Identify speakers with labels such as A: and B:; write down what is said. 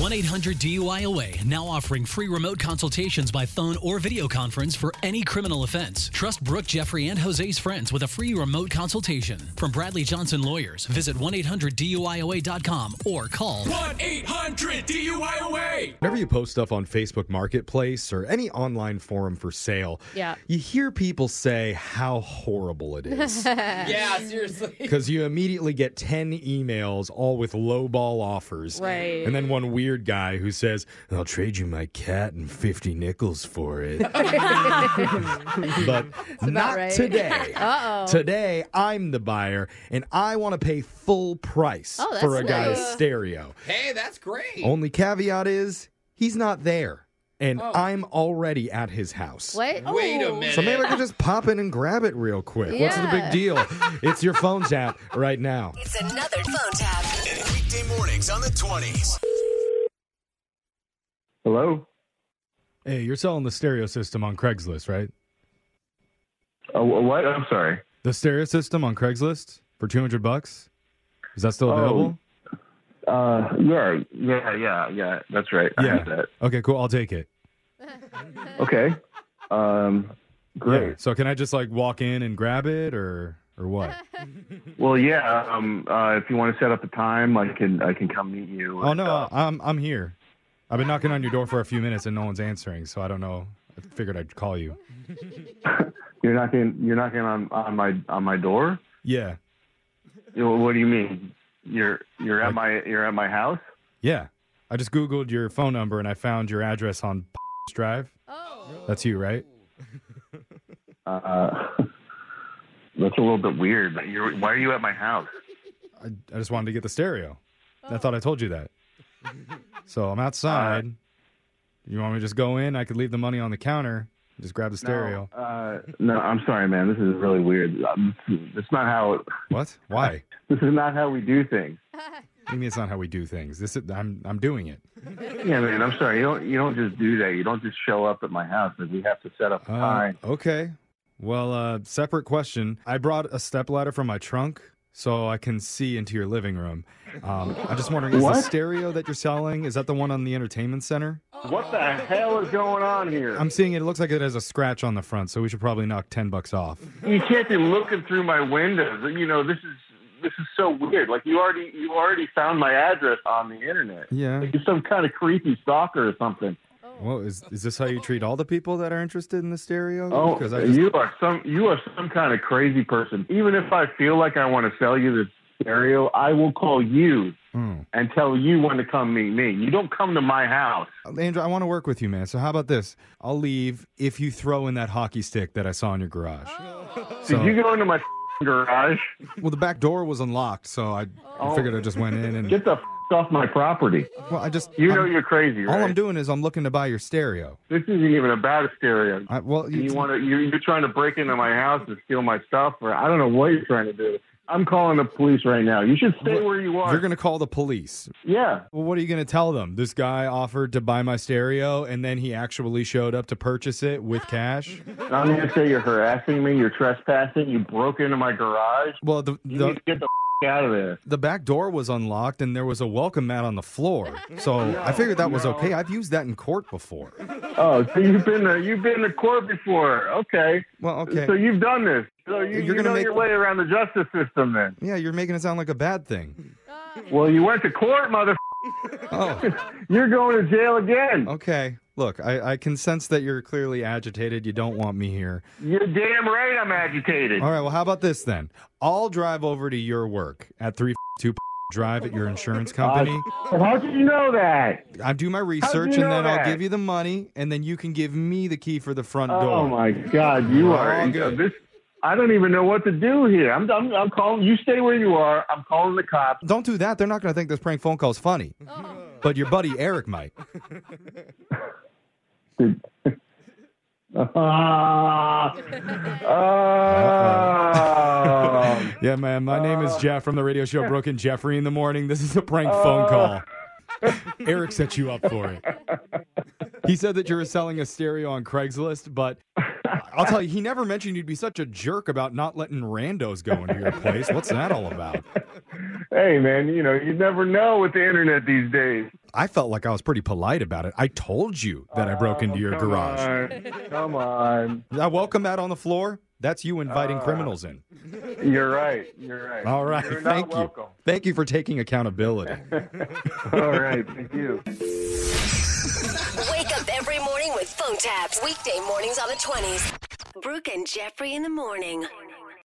A: 1 800 DUIOA now offering free remote consultations by phone or video conference for any criminal offense. Trust Brooke, Jeffrey, and Jose's friends with a free remote consultation. From Bradley Johnson Lawyers, visit 1 800 DUIOA.com or call
B: 1 800 DUIOA.
C: Whenever you post stuff on Facebook Marketplace or any online forum for sale,
D: Yeah.
C: you hear people say how horrible it is.
B: Yeah, seriously.
C: Because you immediately get 10 emails, all with lowball offers.
D: Right.
C: And then one weird guy who says, I'll trade you my cat and 50 nickels for it. but not
D: right.
C: today. Uh-oh. Today, I'm the buyer and I want to pay full price
D: Oh, that's
C: for a guy's
D: nice.
C: stereo.
B: Hey, that's great.
C: Only caveat is he's not there, and I'm already at his house.
D: What? Oh.
B: Wait a minute.
C: So maybe I could just pop in and grab it real quick. What's the big
D: Yeah.
C: deal? it's your phone's app right now.
E: It's another phone tap.
F: Weekday mornings on the 20s.
G: Hello.
C: Hey, you're selling the stereo system on Craigslist, right?
G: Uh, wh- what? I'm sorry.
C: The stereo system on Craigslist for 200 bucks? Is that still
G: Oh,
C: available?
G: Uh, yeah, yeah, yeah, yeah. That's right. I
C: Yeah.
G: heard that.
C: Okay, cool. I'll take it.
G: Okay. Um,
C: Yeah.
G: great.
C: So can I just like walk in and grab it or or what?
G: Well, yeah. Um, uh, if you want to set up a time, I can I can come meet you.
C: oh no,
G: Uh,
C: I'm I'm here. I've been knocking on your door for a few minutes and no one's answering, so I don't know. I figured I'd call you.
G: you're knocking you're knocking on, on my on my door.
C: Yeah.
G: You know, What do you mean? You're you're at my you're at my house.
C: Yeah. I just Googled your phone number and I found your address on Drive.
D: Oh.
C: That's you, right?
G: Uh, that's a little bit weird. but You're, why are you at my house?
C: I, I just wanted to get the stereo. I thought I told you that. so I'm outside. you want me to just go in? I could leave the money on the counter and just grab the stereo.
G: No, uh, no, I'm sorry, man. This is really weird. Um, It's not how
C: What? Why?
G: this is not how we do things.
C: I mean, it's not how we do things. This is, I'm I'm doing it.
G: Yeah, man. I'm sorry. You don't you don't just do that. You don't just show up at my house. Like, we have to set up a
C: Uh,
G: time.
C: okay. Well, uh, separate question. I brought a stepladder from my trunk so I can see into your living room. Um, I'm just wondering, is the
G: What?
C: stereo that you're selling is that the one on the entertainment center?
G: What the hell is going on here?
C: oh. I'm seeing it. It looks like it has a scratch on the front, so we should probably knock ten bucks off.
G: you can't be looking through my windows. You know this is this is so weird. Like you already you already found my address on the internet.
C: Yeah.
G: Like you're some kind of creepy stalker or something.
C: Well, is is this how you treat all the people that are interested in the stereo?
G: Oh,
C: because I just,
G: you are some you are some kind of crazy person. Even if I feel like I want to sell you this stereo, I will call you
C: Mm.
G: and tell you when to come meet me. You don't come to my house.
C: Andrew, I want to work with you, man. So how about this? I'll leave if you throw in that hockey stick that I saw in your garage. So,
G: Did you go into my garage?
C: well, the back door was unlocked, so I, I figured I just went in and
G: Get the f- off my property.
C: well, I just
G: You know
C: I'm-
G: you're crazy, right?
C: all I'm doing is I'm looking to buy your stereo.
G: this isn't even about a stereo.
C: I, well,
G: you want to? You're, you're trying to break into my house and steal my stuff, or I don't know what you're trying to do. I'm calling the police right now. You should stay where you are.
C: you're going to call the police.
G: yeah.
C: Well, what are you going to tell them? This guy offered to buy my stereo, and then he actually showed up to purchase it with cash.
G: I'm going to say you're harassing me. You're trespassing. You broke into my garage.
C: Well, the,
G: You
C: the
G: need to get the f- out of there.
C: the back door was unlocked and there was a welcome mat on the floor. So I figured that was
G: no.
C: okay. I've used that in court before.
G: Oh, so you've been to, you've been to court before? Okay.
C: Well, okay.
G: So you've done this. So you,
C: You're
G: you
C: gonna
G: know
C: make-
G: your way around the justice system, then.
C: yeah, you're making it sound like a bad thing.
G: Well, you went to court, mother.
C: Oh,
G: You're going to jail again.
C: okay. Look, I, I can sense that you're clearly agitated. You don't want me here.
G: You're damn right I'm agitated.
C: All right, well, how about this then? I'll drive over to your work at 3two Drive at your insurance company.
G: How did you know that?
C: I do my research
G: you
C: and then
G: know
C: I'll
G: that?
C: give you the money and then you can give me the key for the front door.
G: Oh my God, you
C: We're
G: are
C: all good.
G: this. I don't even know what to do here. I'm, I'm, I'm calling. You stay where you are. I'm calling the cops.
C: Don't do that. They're not going to think this prank phone call's funny.
G: Oh.
C: But your buddy Eric might.
G: Uh, Ah. Ah.
C: Yeah, man. My name
G: Uh,
C: is Jeff from the radio show Brooke and Jeffrey in the morning. This is a prank phone call. Eric set you up for it. He said that you were selling a stereo on Craigslist, but I'll tell you, he never mentioned you'd be such a jerk about not letting randos go into your place. What's that all about?
G: hey man, you know you never know with the internet these days.
C: I felt like I was pretty polite about it. I told you that I broke into your
G: Oh, Come
C: garage.
G: on. Come on.
C: Did I welcome that on the floor? That's you inviting criminals in.
G: You're right. Uh, You're right.
C: All right.
G: You're not
C: Thank you.
G: welcome.
C: Thank you for taking accountability.
G: All right. Thank you.
D: Wake up every morning with phone taps. Weekday mornings on the 20s. Brooke and Jeffrey in the morning.